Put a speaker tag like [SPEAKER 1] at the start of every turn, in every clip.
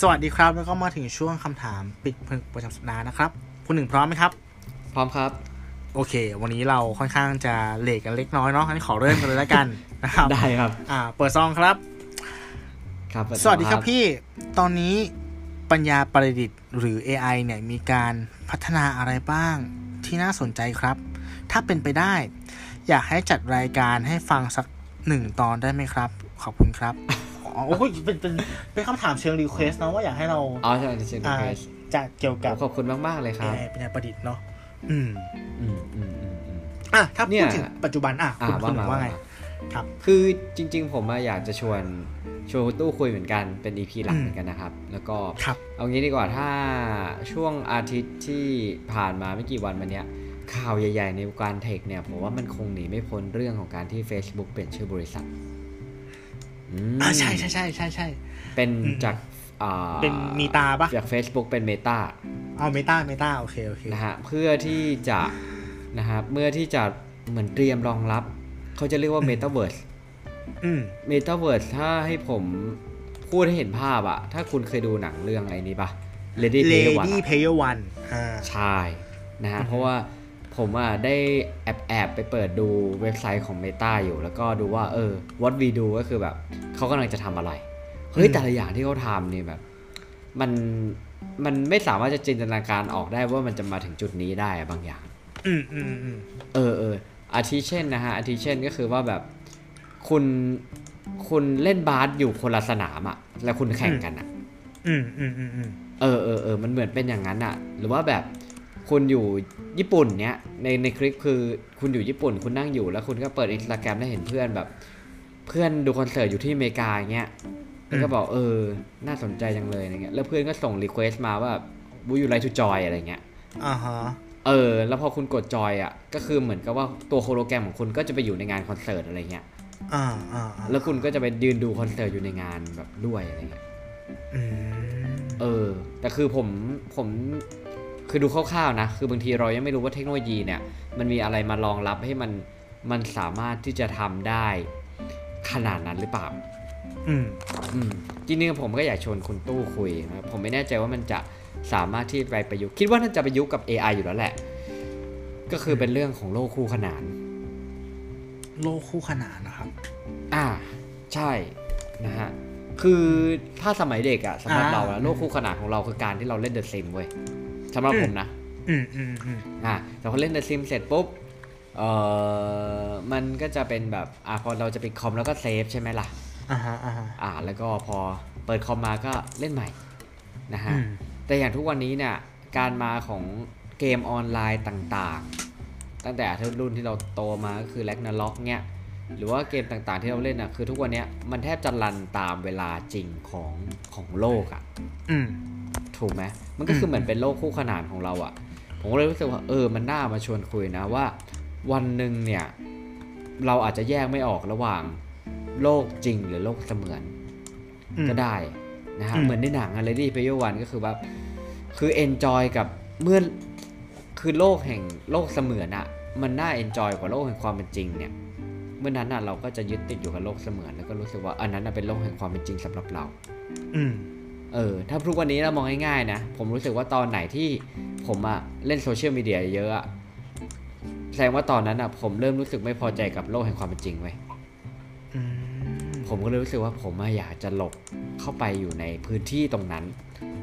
[SPEAKER 1] สวัสดีครับแล้วก็มาถึงช่วงคำถามปิดผนึกประจำสัปดาห์นะครับ คุณหนึ่งพร้อมไหมครับ
[SPEAKER 2] พร้อมครับ
[SPEAKER 1] โอเค วันนี้เราค่อนข้างจะเลทกันเล็กน้อยเนาะงั้นขอเริ่มกันเลยแล้วกัน นะครับ
[SPEAKER 2] ได้ครับ
[SPEAKER 1] อ่า เปิดซองครับ
[SPEAKER 2] ครับ
[SPEAKER 1] สวัสดีครับพี่ ตอนนี้ปัญญาประดิษฐ์หรือ AI เนี่ยมีการพัฒนาอะไรบ้างที่น่าสนใจครับ ถ้าเป็นไปได้ อยากให้จัดรายการให้ฟังสักหนึ่งตอนได้ไหมครับ ขอบคุณครับ อ๋ อโอ้ยเป็นเป็นเป็นคำถามเชิงรีเควสนะว่าอยากให้เรา
[SPEAKER 2] อ๋อใช่ใช่ใช่
[SPEAKER 1] อ่าจะเกี่ยวกับ
[SPEAKER 2] ขอบคุณมากมากๆเลยครับ
[SPEAKER 1] AI ปัญญาประดิษฐ์เนาะอืม
[SPEAKER 2] อืมอืมอืมอืม
[SPEAKER 1] อ่ะถ้า
[SPEAKER 2] เนี่
[SPEAKER 1] พูด
[SPEAKER 2] ย
[SPEAKER 1] ถึงปัจจุบันอ่ะ
[SPEAKER 2] อ่า
[SPEAKER 1] คุณคุณห
[SPEAKER 2] ว่ามา
[SPEAKER 1] นุ่มว่าไง ครับ
[SPEAKER 2] คือจริง ๆ ผมอะอยากจะชวนชวนคุณตู้คุยเหมือนกันเป็น EP หลังเหมือนกันนะครับ แล้วก็
[SPEAKER 1] ครับ
[SPEAKER 2] เอางี้ดีกว่าถ้าช่วงอาทิตย์ที่ผ่านมาไม่กี่วันมาเนี้ยข่าวใหญ่ ๆ ในวงการเทคเนี่ยผมว่ามันคงหนีไม่พ้นเรื่องของการที่ Facebook เปลี่ยนชื่อบริษัทอืม
[SPEAKER 1] อ่าใช่ใช่ใช่ใช่ใช่
[SPEAKER 2] เป็น
[SPEAKER 1] อืม
[SPEAKER 2] จากอ่า
[SPEAKER 1] เป็นมีตาปะ
[SPEAKER 2] จาก Facebook เป็น Meta
[SPEAKER 1] เอาเมตาเมตาโอเคโอเค
[SPEAKER 2] นะฮะเพื่อที่จะนะครับเมื่อที่จะเหมือนเตรียมรองรับ เขาจะเรียกว่า Metaverse
[SPEAKER 1] อืม
[SPEAKER 2] Metaverse ถ้าให้ผมพูดให้เห็นภาพอะถ้าคุณเคยดูหนังเรื่องไอ้นี้ปะ Lady
[SPEAKER 1] Lady
[SPEAKER 2] Player One อะ
[SPEAKER 1] Player One อ่า
[SPEAKER 2] ใช่นะฮะ เพราะว่าผมอ่ะได้แอบแอบๆไปเปิดดูเว็บไซต์ของ Meta อยู่ แล้วก็ดูว่า เออ what we do ก็คือแบบ เขากำลังจะทำอะไร เฮ้ย
[SPEAKER 1] อืม
[SPEAKER 2] แต่ละอย่างที่เขาทำเนี่ยแบบ มันมันไม่สามารถจะจินตนาการออกได้ว่ามันจะมาถึงจุดนี้ได้อะบางอย่าง
[SPEAKER 1] อืมอืมอืม
[SPEAKER 2] เออเอออาทิเช่นนะฮะอาทิเช่นก็คือว่าแบบคุณคุณเล่นบาสอยู่คนละสนามอะแล้วคุณแข่งกันอะ
[SPEAKER 1] อืมอืมอืมอืม
[SPEAKER 2] เออเออเออมันเหมือนเป็นอย่างนั้นอะหรือว่าแบบคุณอยู่ญี่ปุ่นเนี้ยในในคลิปคือคุณอยู่ญี่ปุ่น คุณนั่งอยู่แล้วคุณก็เปิดอินสตาแกรมได้วเห็นเพื่อนแบบ เพื่อนดูคอนเสิร์ตอยู่ที่อเมริกาอย่างเงี้ยแล้วก็บอกเออ น่าสนใจจังเลยอะไรเงี้ยแล้วเพื่อนก็ส่งรีเควสต์มาว่าวูยูไลทูจอยอะไรเงี้ย
[SPEAKER 1] อ่าฮะ
[SPEAKER 2] เออ แล้วพอคุณกดจอยอะก็คือเหมือนกับว่าตัวโฮโลแกรมของคุณก็จะไปอยู่ในงานคอนเสิร์ตอะไรเงี้ย
[SPEAKER 1] อ่าอ่าอ่า
[SPEAKER 2] แล้วคุณก็จะไปยืนดูคอนเสิร์ตอยู่ในงานแบบด้วยอะไรเงี้ย
[SPEAKER 1] อืม
[SPEAKER 2] เออ แต่คือผม ผม คือดูคร่าวๆนะ คือบางทีเรายังไม่รู้ว่าเทคโนโลยีเนี่ย มันมีอะไรมารองรับให้มัน มันสามารถที่จะทำได้ ขนาดนั้นหรือเปล่า
[SPEAKER 1] อืม
[SPEAKER 2] อืมจริงๆผมก็อยากชวนคุณตู้คุยนะครับผมไม่แน่ใจว่ามันจะสามารถที่ไปประยุกต์ คิดว่าน่าจะประยุกต์กับ AI อยู่แล้วแหละ ก็คือเป็นเรื่องของโลกคู่ขนาน
[SPEAKER 1] โลกคู่ขนานนะครับ
[SPEAKER 2] อ่า ใช่ นะฮะ คือถ้าสมัยเด็กอะสำหรับ
[SPEAKER 1] อ่า
[SPEAKER 2] เราอะโลกคู่ขนานของเราคือการที่เราเล่นเดอะซิมเว้ยสำหรับผมนะ
[SPEAKER 1] อืมอืมอืม
[SPEAKER 2] อ่ะแต่พอเล่น The Sims เสร็จปุ๊บ เอ่อ มันก็จะเป็นแบบ อ่ะพอเราจะปิดคอมแล้วก็เซฟใช่ไหมล่ะ
[SPEAKER 1] อ่าฮะอ่าฮะ
[SPEAKER 2] อ่ะแล้วก็พอเปิดคอมมาก็เล่นใหม่ นะฮะ
[SPEAKER 1] อืม
[SPEAKER 2] แต่อย่างทุกวันนี้เนี่ย การมาของเกมออนไลน์ต่างๆ ตั้งแต่รุ่นที่เราโตมาก็คือ Ragnarok เนี่ย หรือว่าเกมต่างๆที่เราเล่นอ่ะ คือทุกวันเนี้ยมันแทบจะรันตามเวลาจริงของของโลกอ่ะ
[SPEAKER 1] อืม
[SPEAKER 2] ถูกไหมมันก็คือเหมือนเป็นโลกคู่ขนานของเราอะ่ะ ผมก็เลยรู้สึกว่าเออ มันน่ามาชวนคุยนะว่า วันหนึ่งเนี่ย เราอาจจะแยกไม่ออกระหว่างโลกจริงหรือโลกเสมือน
[SPEAKER 1] อืม
[SPEAKER 2] ก็ได้นะฮะ
[SPEAKER 1] อืม
[SPEAKER 2] เหมือนในหนังอะไรที่พยวันก็คือว่า คือเอนจอยกับเมื่อคือโลกแห่งโลกเสมือนอะมันน่าเอนจอยกว่าโลกแห่งความเป็นจริงเนี่ย เมื่อนั้นอะเราก็จะยึดติดอยู่กับโลกเสมือนแล้วก็รู้สึกว่าอันนั้นน่ะเป็นโลกแห่งความเป็นจริงสำหรับเรา
[SPEAKER 1] อืม
[SPEAKER 2] เออถ้าทุกวันนี้เรามองง่ายๆนะ ผมรู้สึกว่าตอนไหนที่ผมอะเล่นโซเชียลมีเดียเยอะอะแสดงว่าตอนนั้นอะผมเริ่มรู้สึกไม่พอใจกับโลกแห่งความเป็นจริงไว้ย
[SPEAKER 1] อืม
[SPEAKER 2] ผมก็เลยรู้สึกว่าผมอะอยากจะหลบเข้าไปอยู่ในพื้นที่ตรงนั้น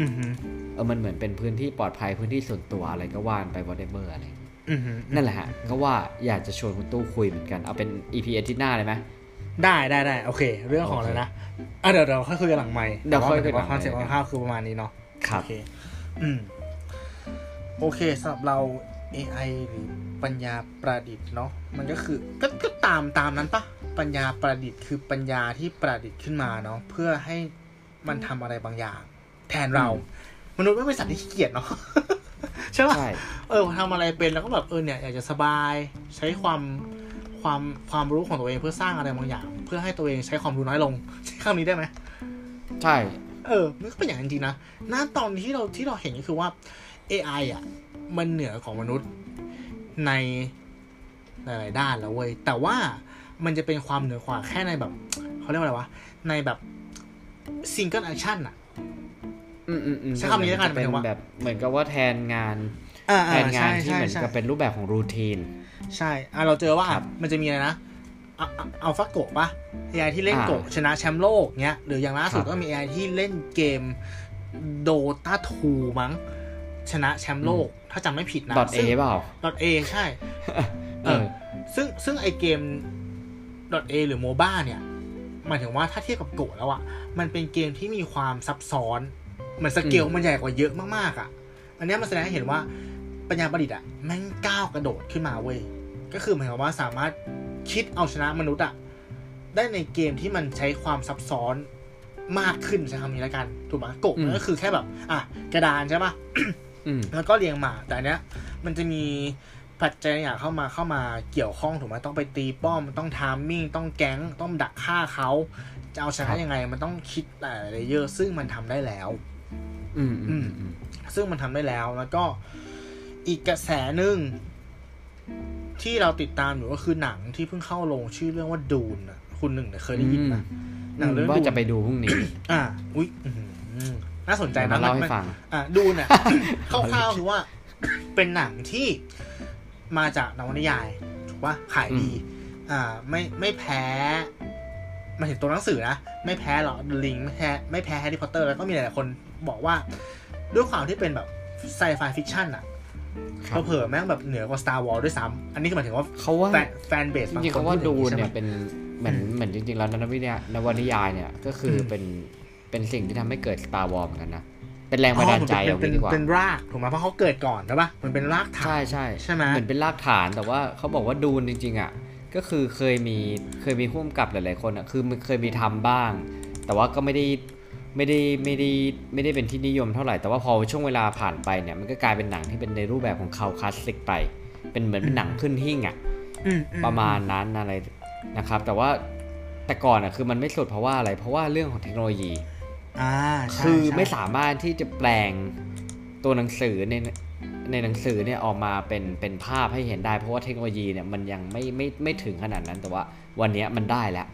[SPEAKER 1] อืมฮึ
[SPEAKER 2] เออมันเหมือนเป็นพื้นที่ปลอดภัยพื้นที่ส่วนตัวอะไรก็ว่านไป whatever อะไร
[SPEAKER 1] อืมฮึ
[SPEAKER 2] นั่นแหละฮะก็ว่าอยากจะชวนคุณตู้คุยเหมือนกันเอาเป็น EP อาทิตย์หน้าเลยไหม
[SPEAKER 1] ได้ได้ได้โอเค เรื่องของอะไรนะ อ่ะเดี๋ยวเราค่อยคุยกันหลังไมค์
[SPEAKER 2] เดี๋ยวค่อยคุยหลังไมค์
[SPEAKER 1] คอนเซ็ปต์คร่าวๆคือประมาณนี้เนาะ
[SPEAKER 2] ครับ
[SPEAKER 1] โอเค อืม โอเคสำหรับเรา AI หรือปัญญาประดิษฐ์เนาะ มันก็คือ ก็ก็ตามตามนั้นปะ ปัญญาประดิษฐ์คือปัญญาที่ประดิษฐ์ขึ้นมาเนาะ เพื่อให้มันทำอะไรบางอย่าง แทนเรา
[SPEAKER 2] อืม
[SPEAKER 1] มนุษย์ไม่เป็นสัตว์ที่ขี้เกียจเนาะ ใช่ปะ
[SPEAKER 2] ใช่
[SPEAKER 1] เออทำอะไรเป็นแล้วก็แบบเออเนี่ยอยากจะสบายใช้ความความความรู้ของตัวเองเพื่อสร้างอะไรบางอย่าง เพื่อให้ตัวเองใช้ความรู้น้อยลง ใช้คำนี้ได้ไหม
[SPEAKER 2] ใช่
[SPEAKER 1] เออ มันก็เป็นอย่างนั้นจริงนะ หน้าตอนที่เราที่เราเห็นก็คือว่า AI อ่ะ มันเหนือกว่ามนุษย์ในหลาย ๆ ด้านแล้วเว้ย แต่ว่ามันจะเป็นความเหนือกว่าแค่ในแบบ เขาเรียกว่าอะไรวะ ในแบบ single action อ่ะ
[SPEAKER 2] อืมอืมอืม
[SPEAKER 1] ใช้คำนี้แล้วกันหมาย
[SPEAKER 2] เป็น
[SPEAKER 1] ถึงว่า
[SPEAKER 2] แบบเหมือนกับว่าแทนงาน
[SPEAKER 1] อ่า
[SPEAKER 2] แทนงาน
[SPEAKER 1] ใช่
[SPEAKER 2] ที่
[SPEAKER 1] ใช่
[SPEAKER 2] เหมือน
[SPEAKER 1] ใช่
[SPEAKER 2] กับเป็นรูปแบบของรูทีน
[SPEAKER 1] ใช่อ่ะเราเจอว่า
[SPEAKER 2] ครับ
[SPEAKER 1] มันจะมีอะไรนะเอาเอาเอาฟักโกะปะ AI ที่เล่นโกะชนะแชมป์โลกเนี้ยหรืออย่างล่าสุดก็มี AI ที่เล่นเกมโดตาทูมั้งชนะแชมป์โลก ถ้าจำไม่ผิดนะ
[SPEAKER 2] ดอทเอ
[SPEAKER 1] ซึ่ง
[SPEAKER 2] เปล่า
[SPEAKER 1] dot A ใช่
[SPEAKER 2] เออ
[SPEAKER 1] ซึ่งซึ่งไอเกม dot A หรือ MOBA เนี่ยหมายถึงว่าถ้าเทียบกับโกะแล้วอะ่ะ มันเป็นเกมที่มีความซับซ้อนเหมือนสเกล
[SPEAKER 2] อืม
[SPEAKER 1] มันใหญ่กว่าเยอะมากๆอะ่ะ อันเนี้ยมันแสดงให้เห็นว่าปัญญาประดิษฐ์อะ่ะแม่งก้าวกระโดดขึ้นมาเว้ย ก็คือหมายความว่าสามารถคิดเอาชนะมนุษย์อะ่ะ ได้ในเกมที่มันใช้ความซับซ้อนมากขึ้นใช้คำนี้แล้วกันถูกไหมโกะมันก็คือแค่แบบอ่ะกระดานใช่ปะ
[SPEAKER 2] อืม
[SPEAKER 1] แล้วก็เรียงหมากแต่อันเนี้ยมันจะมีปัจจัยหลายอย่างเข้ามาเข้ามาเกี่ยวข้องถูกไหมต้องไปตีป้อมต้องทามมิ่งต้องแก๊งต้องดักฆ่าเขาจะเอาช
[SPEAKER 2] ครั
[SPEAKER 1] นะ
[SPEAKER 2] บ
[SPEAKER 1] ยังไงมันต้องคิดแต่เลเยอร์ซึ่งมันทำได้แล้ว
[SPEAKER 2] อืมอืมอืม
[SPEAKER 1] ซึ่งมันทำได้แล้วแล้วก็อีกกระแสหนึ่งที่เราติดตามอยู่ก็คือหนังที่เพิ่งเข้าลงชื่อเรื่องว่าดูนอะคุณหนึ่งเนี่ยเคยได้ยินไหม หนังเรื่อง
[SPEAKER 2] ว่าจะไปดูพรุ่งนี้
[SPEAKER 1] อ่าอุ้ยอื้อหือน่าสนใจ
[SPEAKER 2] เดี๋ย
[SPEAKER 1] นะ
[SPEAKER 2] วมาเล่า
[SPEAKER 1] มั
[SPEAKER 2] ให้
[SPEAKER 1] น
[SPEAKER 2] ฟัง
[SPEAKER 1] อ่ะดู เนี่ย คร่าวๆคือว่า เป็นหนังที่มาจากนวนิยายถูกปะขายดี อ่า ไม่ไม่แพ้หมายถึงตัวหนังสือนะ ไม่แพ้หรอกลิงไม่แพ้ไม่แพ้แฮร์รี่พอตเตอร์แล้วก็มีหลายๆคนบอกว่า ด้วยความที่เป็นแบบไซไฟฟิคชั่นอะ
[SPEAKER 2] ครับ
[SPEAKER 1] เผลอๆแม่งแบบเหนือกว่า Star Wars ด้วยซ้ำอันนี้คือหมายถึงว่า
[SPEAKER 2] เขาว่า
[SPEAKER 1] แฟนแฟนเบส
[SPEAKER 2] จ
[SPEAKER 1] บาง
[SPEAKER 2] ริงๆ
[SPEAKER 1] คน
[SPEAKER 2] เขาว่า
[SPEAKER 1] พู
[SPEAKER 2] ดู
[SPEAKER 1] องใช่ไห
[SPEAKER 2] เนี่
[SPEAKER 1] ม
[SPEAKER 2] ยเป็นเหมื อนเหมือนจริงๆแล้วนวนิยายนวนิยายเนี่ยก็คืออ
[SPEAKER 1] ม
[SPEAKER 2] เป็นเป็นสิ่งที่ทำให้เกิด Star Wars เหมือนกันนะ เป็นแรงบันดาลใจ
[SPEAKER 1] อ๋อ
[SPEAKER 2] เอา
[SPEAKER 1] มันเป็น
[SPEAKER 2] งี้ดีกว่า
[SPEAKER 1] เป็นรากถูกไหมเพราะเขาเกิดก่อนใช่ปะมันเป็นรากฐาน
[SPEAKER 2] ใช่ใช่
[SPEAKER 1] ใช่ไหม
[SPEAKER 2] เหมือนเป็นรากฐานแต่ว่าเขาบอกว่าดูนจริงๆอ่ะก็คือเคยมีเคยมีพ่วงกับหลายๆคนอ่ะคือมันเคยมีทำบ้าง แต่ว่าก็ไม่ได้ไม่ได้ไม่ได้ไม่ได้เป็นที่นิยมเท่าไหร่แต่ว่าพอช่วงเวลาผ่านไปเนี่ยมันก็กลายเป็นหนังที่เป็นในรูปแบบของคาวคลาสสิกไป เป็นเหมือนเป็นหนังขึ้นหิ่งอ่ะ
[SPEAKER 1] อือื
[SPEAKER 2] ประมาณนั้นอะไรนะครับ แต่ว่าแต่ก่อนอ่ะคือมันไม่สุดเพราะว่าอะไร เพราะว่าเรื่องของเทคโนโลยี
[SPEAKER 1] อ่าใช่
[SPEAKER 2] คือ
[SPEAKER 1] ใช่
[SPEAKER 2] ไม่สามารถที่จะแปลงตัวหนังสือในในหนังสือเนี่ยออกมาเป็นเป็นภาพให้เห็นได้ เพราะว่าเทคโนโลยีเนี่ยมันยังไม่ไม่ไม่ถึงขนาดนั้นแต่ว่าวันเนี้ยมันได้แล้ว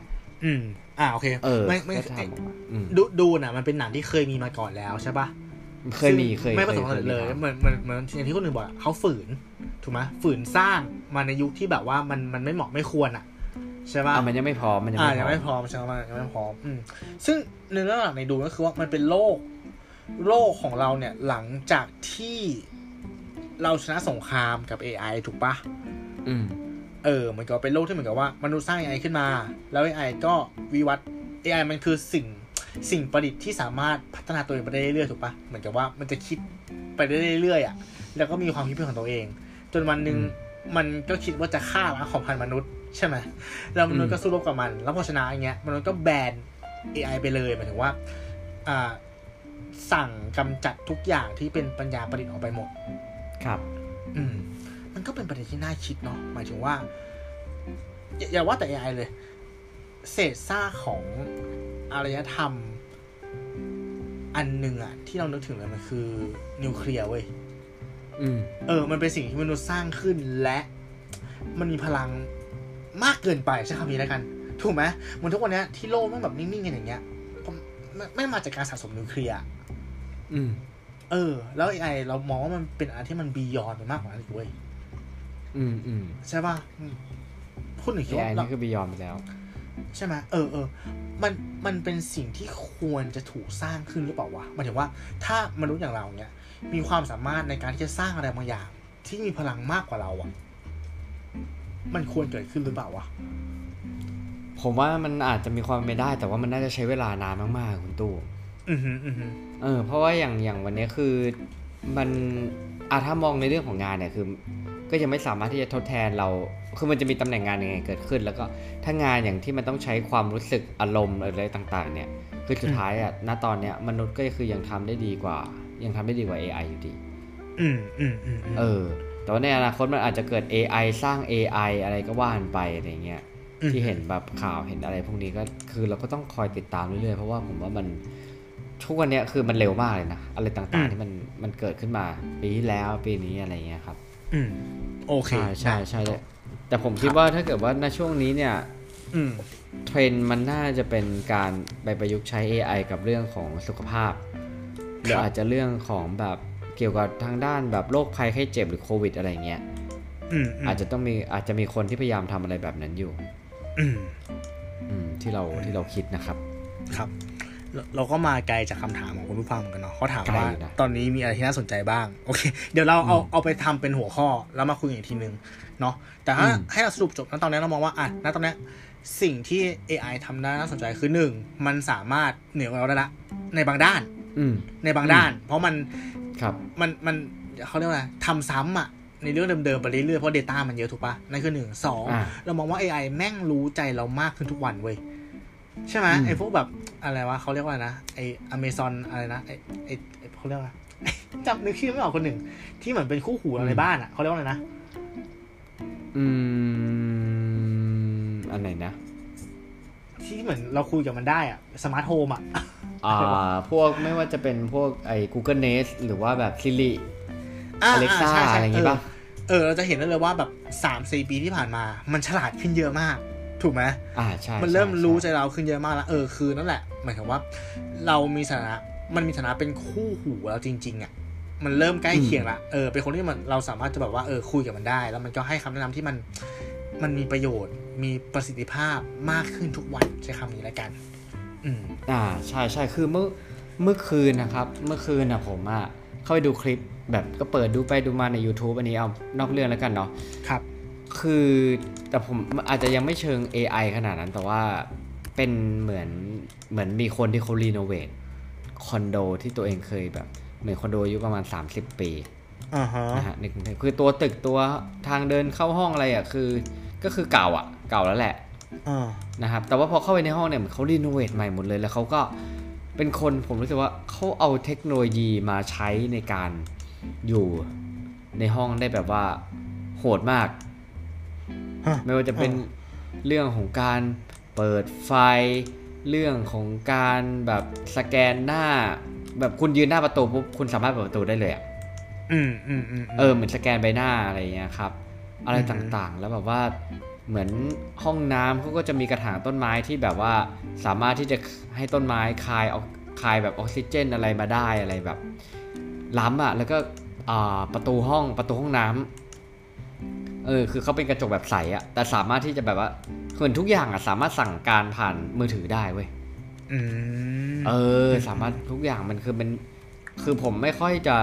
[SPEAKER 1] อืม อ่าโอเค
[SPEAKER 2] เออ
[SPEAKER 1] ไม่ไม่
[SPEAKER 2] ก็ทำออกมาอืม
[SPEAKER 1] ดูดูน่ะมันเป็นหนังที่เคยมีมาก่อนแล้วใช่ปะ
[SPEAKER 2] เคยมีเคย
[SPEAKER 1] ซึ่งไม่ประสบความสำเร็จเลย
[SPEAKER 2] คมี
[SPEAKER 1] เหมือนเหมือนเหมือนอย่างที่คนอื่นบอกอะเขาฝืนถูกไหมฝืนสร้างมาในยุคที่แบบว่ามันมันไม่เหมาะไม่ควรอ่ะใช่ปะ
[SPEAKER 2] อ่ะมันยังไม่พร้อมมันยัง
[SPEAKER 1] อ่า
[SPEAKER 2] ไม่พ
[SPEAKER 1] ยัง
[SPEAKER 2] ร้อ
[SPEAKER 1] ไม่
[SPEAKER 2] ม
[SPEAKER 1] พร้อมใช่ไหมยังไม่พร้อมอืมซึ่งเนื้อเรื่องหลักในดูก็คือว่ามันเป็นโลก โลกของเราเนี่ยหลังจากที่เราชนะสงครามกับ AI ถูกปะ
[SPEAKER 2] อืม
[SPEAKER 1] เออเหมือนกับเป็นโลกที่เหมือนกับว่ามนุษย์สร้าง AI ขึ้นมา แล้ว AI ก็วิวัฒน์ AI มันคือสิ่งสิ่งประดิษฐ์ที่สามารถพัฒนาตัวเองไปได้เรื่อยๆถูกปะเหมือนกับว่ามันจะคิดไปได้เรื่อยๆอ่ะแล้วก็มีความคิดเป็นของตัวเอง จนวันหนึ่ง
[SPEAKER 2] อืม
[SPEAKER 1] มันก็คิดว่าจะฆ่าล้างเผ่าพันธุ์มนุษย์ใช่ไหมแล้วมนุษย์ก็สู้รบกับมัน แล้วพอชนะอย่างเงี้ยมนุษย์ก็แบน AI ไปเลยหมายถึงว่าอ่าสั่งกำจัดทุกอย่างที่เป็นปัญญาประดิษฐ์ออกไปหมด
[SPEAKER 2] ครับ
[SPEAKER 1] อืมมันก็เป็นประเด็นที่น่าคิดเนาะหมายถึงว่าอย่าอย่าว่าแต่ AI เลย เศษซากของอารยธรรม อันหนึ่งอะที่เรานึกถึงเลยมันคือนิวเคลียร์เว้ย
[SPEAKER 2] อืม
[SPEAKER 1] เออ มันเป็นสิ่งที่มนุษย์สร้างขึ้นและมันมีพลังมากเกินไปใช้คำนี้แล้วกัน ถูกไหมเหมือนทุกวันเนี้ยที่โลกแมันแบบนิ่งๆกันอย่างเงี้ยผมไม่ไม่มาจากการสะสมนิวเคลียร์อะ
[SPEAKER 2] อืม
[SPEAKER 1] เออ แล้ว AI เรามองว่ามันเป็นอะไรที่มันบียอนไปมากกว่านั้นอีกเว้ย
[SPEAKER 2] อืมอืม
[SPEAKER 1] ใช่ป่ะอืมคุณหนึ่งคิด
[SPEAKER 2] ไอ้
[SPEAKER 1] ว่าเรา
[SPEAKER 2] นี่คือบียอนไปแล้ว
[SPEAKER 1] ใช่ไหมเออเออ มัน มันเป็นสิ่งที่ควรจะถูกสร้างขึ้นหรือเปล่าวะหมายถึงว่า ถ้ามนุษย์อย่างเราเนี่ย มีความสามารถในการที่จะสร้างอะไรบางอย่าง ที่มีพลังมากกว่าเราอะมันควรเกิดขึ้นหรือเปล่าวะ
[SPEAKER 2] ผมว่ามันอาจจะมีความเป็นไปได้ แต่ว่ามันน่าจะใช้เวลานานมากๆคุณตู้
[SPEAKER 1] อือหืออือหือ
[SPEAKER 2] เออเพราะว่าอย่างอย่างวันนี้คือมันอะถ้ามองในเรื่องของงานเนี่ยคือ ก็ยังไม่สามารถที่จะทดแทนเราคือมันจะมีตำแหน่งงานยังไงเกิดขึ้น แล้วก็ถ้างานอย่างที่มันต้องใช้ความรู้สึกอารมณ์อะไรต่าง ๆ เนี่ยคือสุดท้ายอะณตอนเนี้ยมนุษย์ก็คือยังทำได้ดีกว่า ยังทำได้ดีกว่า AI อยู่ดี
[SPEAKER 1] อืมอืมอืมอืม
[SPEAKER 2] เออ แต่ว่าในอนาคตมันอาจจะเกิด AI สร้าง AI อะไรก็ว่านไปอะไรเงี้ย ที่เห็นแบบข่าวเห็นอะไรพวกนี้ก็คือเราก็ต้องคอยติดตามเรื่อยๆ เพราะว่าผมว่ามันทุกวันเนี้ยคือมันเร็วมากเลยนะ อะไรต่างๆที่มันมันเกิดขึ้นมา ปีที่แล้วปีนี้อะไรเงี้ยครับ
[SPEAKER 1] อืมโอเค
[SPEAKER 2] ใช่ใช่
[SPEAKER 1] ได้
[SPEAKER 2] ใช่แต่แต่ผมคิดว่าถ้าเกิดว่าณช่วงนี้เนี่ย
[SPEAKER 1] อืม
[SPEAKER 2] เทรนด์มันน่าจะเป็นการไปประยุกต์ใช้ AI กับเรื่องของสุขภาพ รืออาจจะเรื่องของแบบเกี่ยวกับทางด้านแบบโรคภัยไข้เจ็บหรือโควิดอะไรเงี้ย
[SPEAKER 1] อืมอืม
[SPEAKER 2] อาจจะต้องมีอาจจะมีคนที่พยายามทำอะไรแบบนั้นอยู่
[SPEAKER 1] อืม
[SPEAKER 2] อืมที่เราที่เราคิดนะครับ
[SPEAKER 1] ครับเราเราก็มาไกลจากคำถามของคุณผู้ฟังเหมือนกันเนาะเขาถามว่า
[SPEAKER 2] ไกลอยู่นะ
[SPEAKER 1] ตอนนี้มีอะไรที่น่าสนใจบ้าง โอเค เดี๋ยวเราเอาเอาไปทำเป็นหัวข้อแล้วมาคุยกันอีกทีนึงเนาะแต่ถ้า
[SPEAKER 2] อืม
[SPEAKER 1] ให้เราสรุปจบนะตอนนี้เรามองว่าอ่ะณตอนเนี้ยสิ่งที่ AI ทำได้น่าสนใจคือหนึ่งมันสามารถเหนือกว่าเราได้ละในบางด้าน
[SPEAKER 2] อืม
[SPEAKER 1] ในบางด้าน เพราะมัน
[SPEAKER 2] ครับ
[SPEAKER 1] มันมันเขาเรียกว่าอะไรทำซ้ำอะในเรื่องเดิมๆไปเรื่อยๆเพราะ Data มันเยอะถูกปะนั่นคือหนึ่งสอง
[SPEAKER 2] อ่า
[SPEAKER 1] เรามองว่า AI แม่งรู้ใจเรามากขึ้นทุกวันเว้ย ใช่ไหม
[SPEAKER 2] อืม
[SPEAKER 1] ไอ้พวกแบบอะไรวะเขาเรียกว่าอะไรนะไอ้อเมซอนอะไรนะไอ้ไอ้ไอ้เขาเรียกว่า จำนึกชื่อไม่ออกคนหนึ่ง ที่เหมือนเป็นคู่หูเราในบ้านอะเขาเรียกว่าอะไรนะ
[SPEAKER 2] อืมอันไหนนะ
[SPEAKER 1] ที่เหมือนเราคุยกับมันได้อะสมาร์ทโฮมอะ
[SPEAKER 2] อ่าพวกไม่ว่าจะเป็นพวกไอ้ Google Nest หรือว่าแบบ Siri
[SPEAKER 1] อ่า
[SPEAKER 2] Alexa
[SPEAKER 1] ใช่ใช่
[SPEAKER 2] อะไรอย่างงี้ปะ
[SPEAKER 1] เออเออ เราจะเห็นได้เลยว่าแบบสามสี่ปีที่ผ่านมา มันฉลาดขึ้นเยอะมาก ถูกไหม
[SPEAKER 2] อ่าใช่
[SPEAKER 1] มันเริ่ม
[SPEAKER 2] ใช่
[SPEAKER 1] รู้ใจ
[SPEAKER 2] ใช่
[SPEAKER 1] เราขึ้นเยอะมากแล้วเออคือนั่นแหละหมายถึงว่า เรามีฐานะมันมีฐานะเป็นคู่หูเราจริง ๆอะ่ะมันเริ่มใกล้เคียงละเออเป็นคนที่มันเราสามารถจะแบบว่าเออคุยกับมันได้ แล้วมันก็ให้คำแนะนำที่มันมันมีประโยชน์ มีประสิทธิภาพมากขึ้นทุกวันใช้คำนี้แล้วกัน อืม
[SPEAKER 2] อ่าใช่ใช่คือเมื่อเมื่อคืนนะครับ เมื่อคืนนะผมอ่ะเข้าไปดูคลิปแบบก็เปิดดูไปดูมาใน YouTube อันนี้เอานอกเรื่องแล้วกันเนาะ
[SPEAKER 1] ครับ
[SPEAKER 2] คือแต่ผมอาจจะยังไม่เชิง AI ขนาดนั้นแต่ว่าเป็นเหมือนเหมือนมีคนที่เขารีโนเวทคอนโดที่ตัวเองเคยแบบ เหมือนคอนโดอายุประมาณ 30 ปี
[SPEAKER 1] อ่าฮะ
[SPEAKER 2] นะฮะในกรุงเทพคือตัวตึกตัวทางเดินเข้าห้องอะไรอ่ะคือก็คือเก่าอ่ะ เก่าแล้วแหละ
[SPEAKER 1] อ่า
[SPEAKER 2] นะครับแต่ว่าพอเข้าไปในห้องเนี่ยเหมือนเขารีโนเวทใหม่หมดเลย แล้วเขาก็เป็นคนผมรู้สึกว่าเขาเอาเทคโนโลยีมาใช้ในการอยู่ในห้องได้แบบว่าโหดมาก
[SPEAKER 1] ฮะ
[SPEAKER 2] ไม่ว่าจะเป็น
[SPEAKER 1] เออ
[SPEAKER 2] เรื่องของการเปิดไฟ เรื่องของการแบบสแกนหน้า แบบคุณยืนหน้าประตูปุ๊บคุณสามารถเปิดประตูได้เลยอะ
[SPEAKER 1] อืมอืมอืม
[SPEAKER 2] เออเหมือนสแกนใบหน้าอะไรอย่างเงี้ยครับ อะไรต่างๆ แล้วแบบว่าเหมือนห้องน้ำเขาก็จะมีกระถางต้นไม้ที่แบบว่าสามารถที่จะให้ต้นไม้คายออกคายแบบออกซิเจนอะไรมาได้อะไรแบบ ล้ำอ่ะแล้วก็อ่าประตูห้องประตูห้องน้ำเออคือเขาเป็นกระจกแบบใสอ่ะแต่สามารถที่จะแบบว่าเหมือนทุกอย่างอ่ะสามารถสั่งการผ่านมือถือได้เว้ย
[SPEAKER 1] อืม
[SPEAKER 2] เออ สามารถทุกอย่างมันคือมันคือผมไม่ค่อยจะ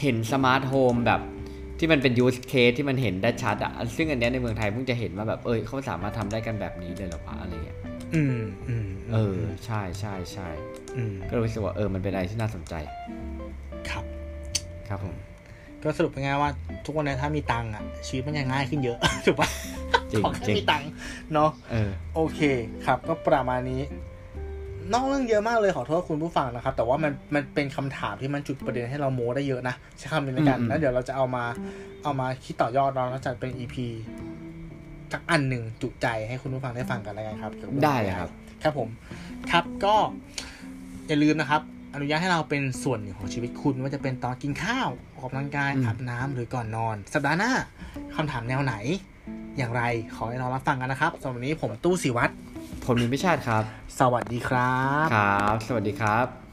[SPEAKER 2] เห็นสมาร์ทโฮมแบบที่มันเป็นยูสเคสที่มันเห็นได้ชัดอะซึ่งอันเนี้ยในเมืองไทยเพิ่งจะเห็นว่าแบบเอยเขาสามารถทำได้กันแบบนี้เลยเหรอวะอะไรเงี้ย
[SPEAKER 1] อืมอืม
[SPEAKER 2] เออใช่ใช่ใช่
[SPEAKER 1] อืม
[SPEAKER 2] ก็รู้สึกว่าเออมันเป็นอะไรที่น่าสนใจ
[SPEAKER 1] ครับ
[SPEAKER 2] ครับผม
[SPEAKER 1] ก็สรุปง่ายๆว่า ทุกวันนี้ถ้ามีตังค์อ่ะชีวิตมันจะง่ายขึ้นเยอะ ถูกปะ
[SPEAKER 2] จริง
[SPEAKER 1] ขอแค่
[SPEAKER 2] จริง
[SPEAKER 1] มีตังค์เนาะ
[SPEAKER 2] เออ
[SPEAKER 1] โอเคครับก็ประมาณนี้ นอกเรื่องเยอะมากเลยขอโทษคุณผู้ฟังนะครับ แต่ว่ามันมันเป็นคำถามที่มันจุดประเด็นให้เราโม้ได้เยอะนะใช้คำนี้แล้วกัน
[SPEAKER 2] อืม
[SPEAKER 1] แล้วเดี๋ยวเราจะเอามาเอามาคิดต่อยอดเนาะแล้วจัดเป็น EP สักอันหนึ่งจุใจให้คุณผู้ฟังได้ฟังกันแล้วกันครับเกี่ยวกั
[SPEAKER 2] ได้เลยครับ
[SPEAKER 1] ครับผม ครับก็อย่าลืมนะครับ อนุญาตให้เราเป็นส่วนหนึ่งของชีวิตคุณไม่ว่าจะเป็นตอนกินข้าวออกกำลังกาย
[SPEAKER 2] อืม
[SPEAKER 1] อาบน้ำหรือก่อนนอน สัปดาห์หน้าคำถามแนวไหน อย่างไรขอให้เรารับฟังกันนะครับสำหรับวันนี้ผมตู้สิวัตร
[SPEAKER 2] ผมมีพิชาติครับ
[SPEAKER 1] สวัสดีครับ
[SPEAKER 2] ครับ สวัสดีครับ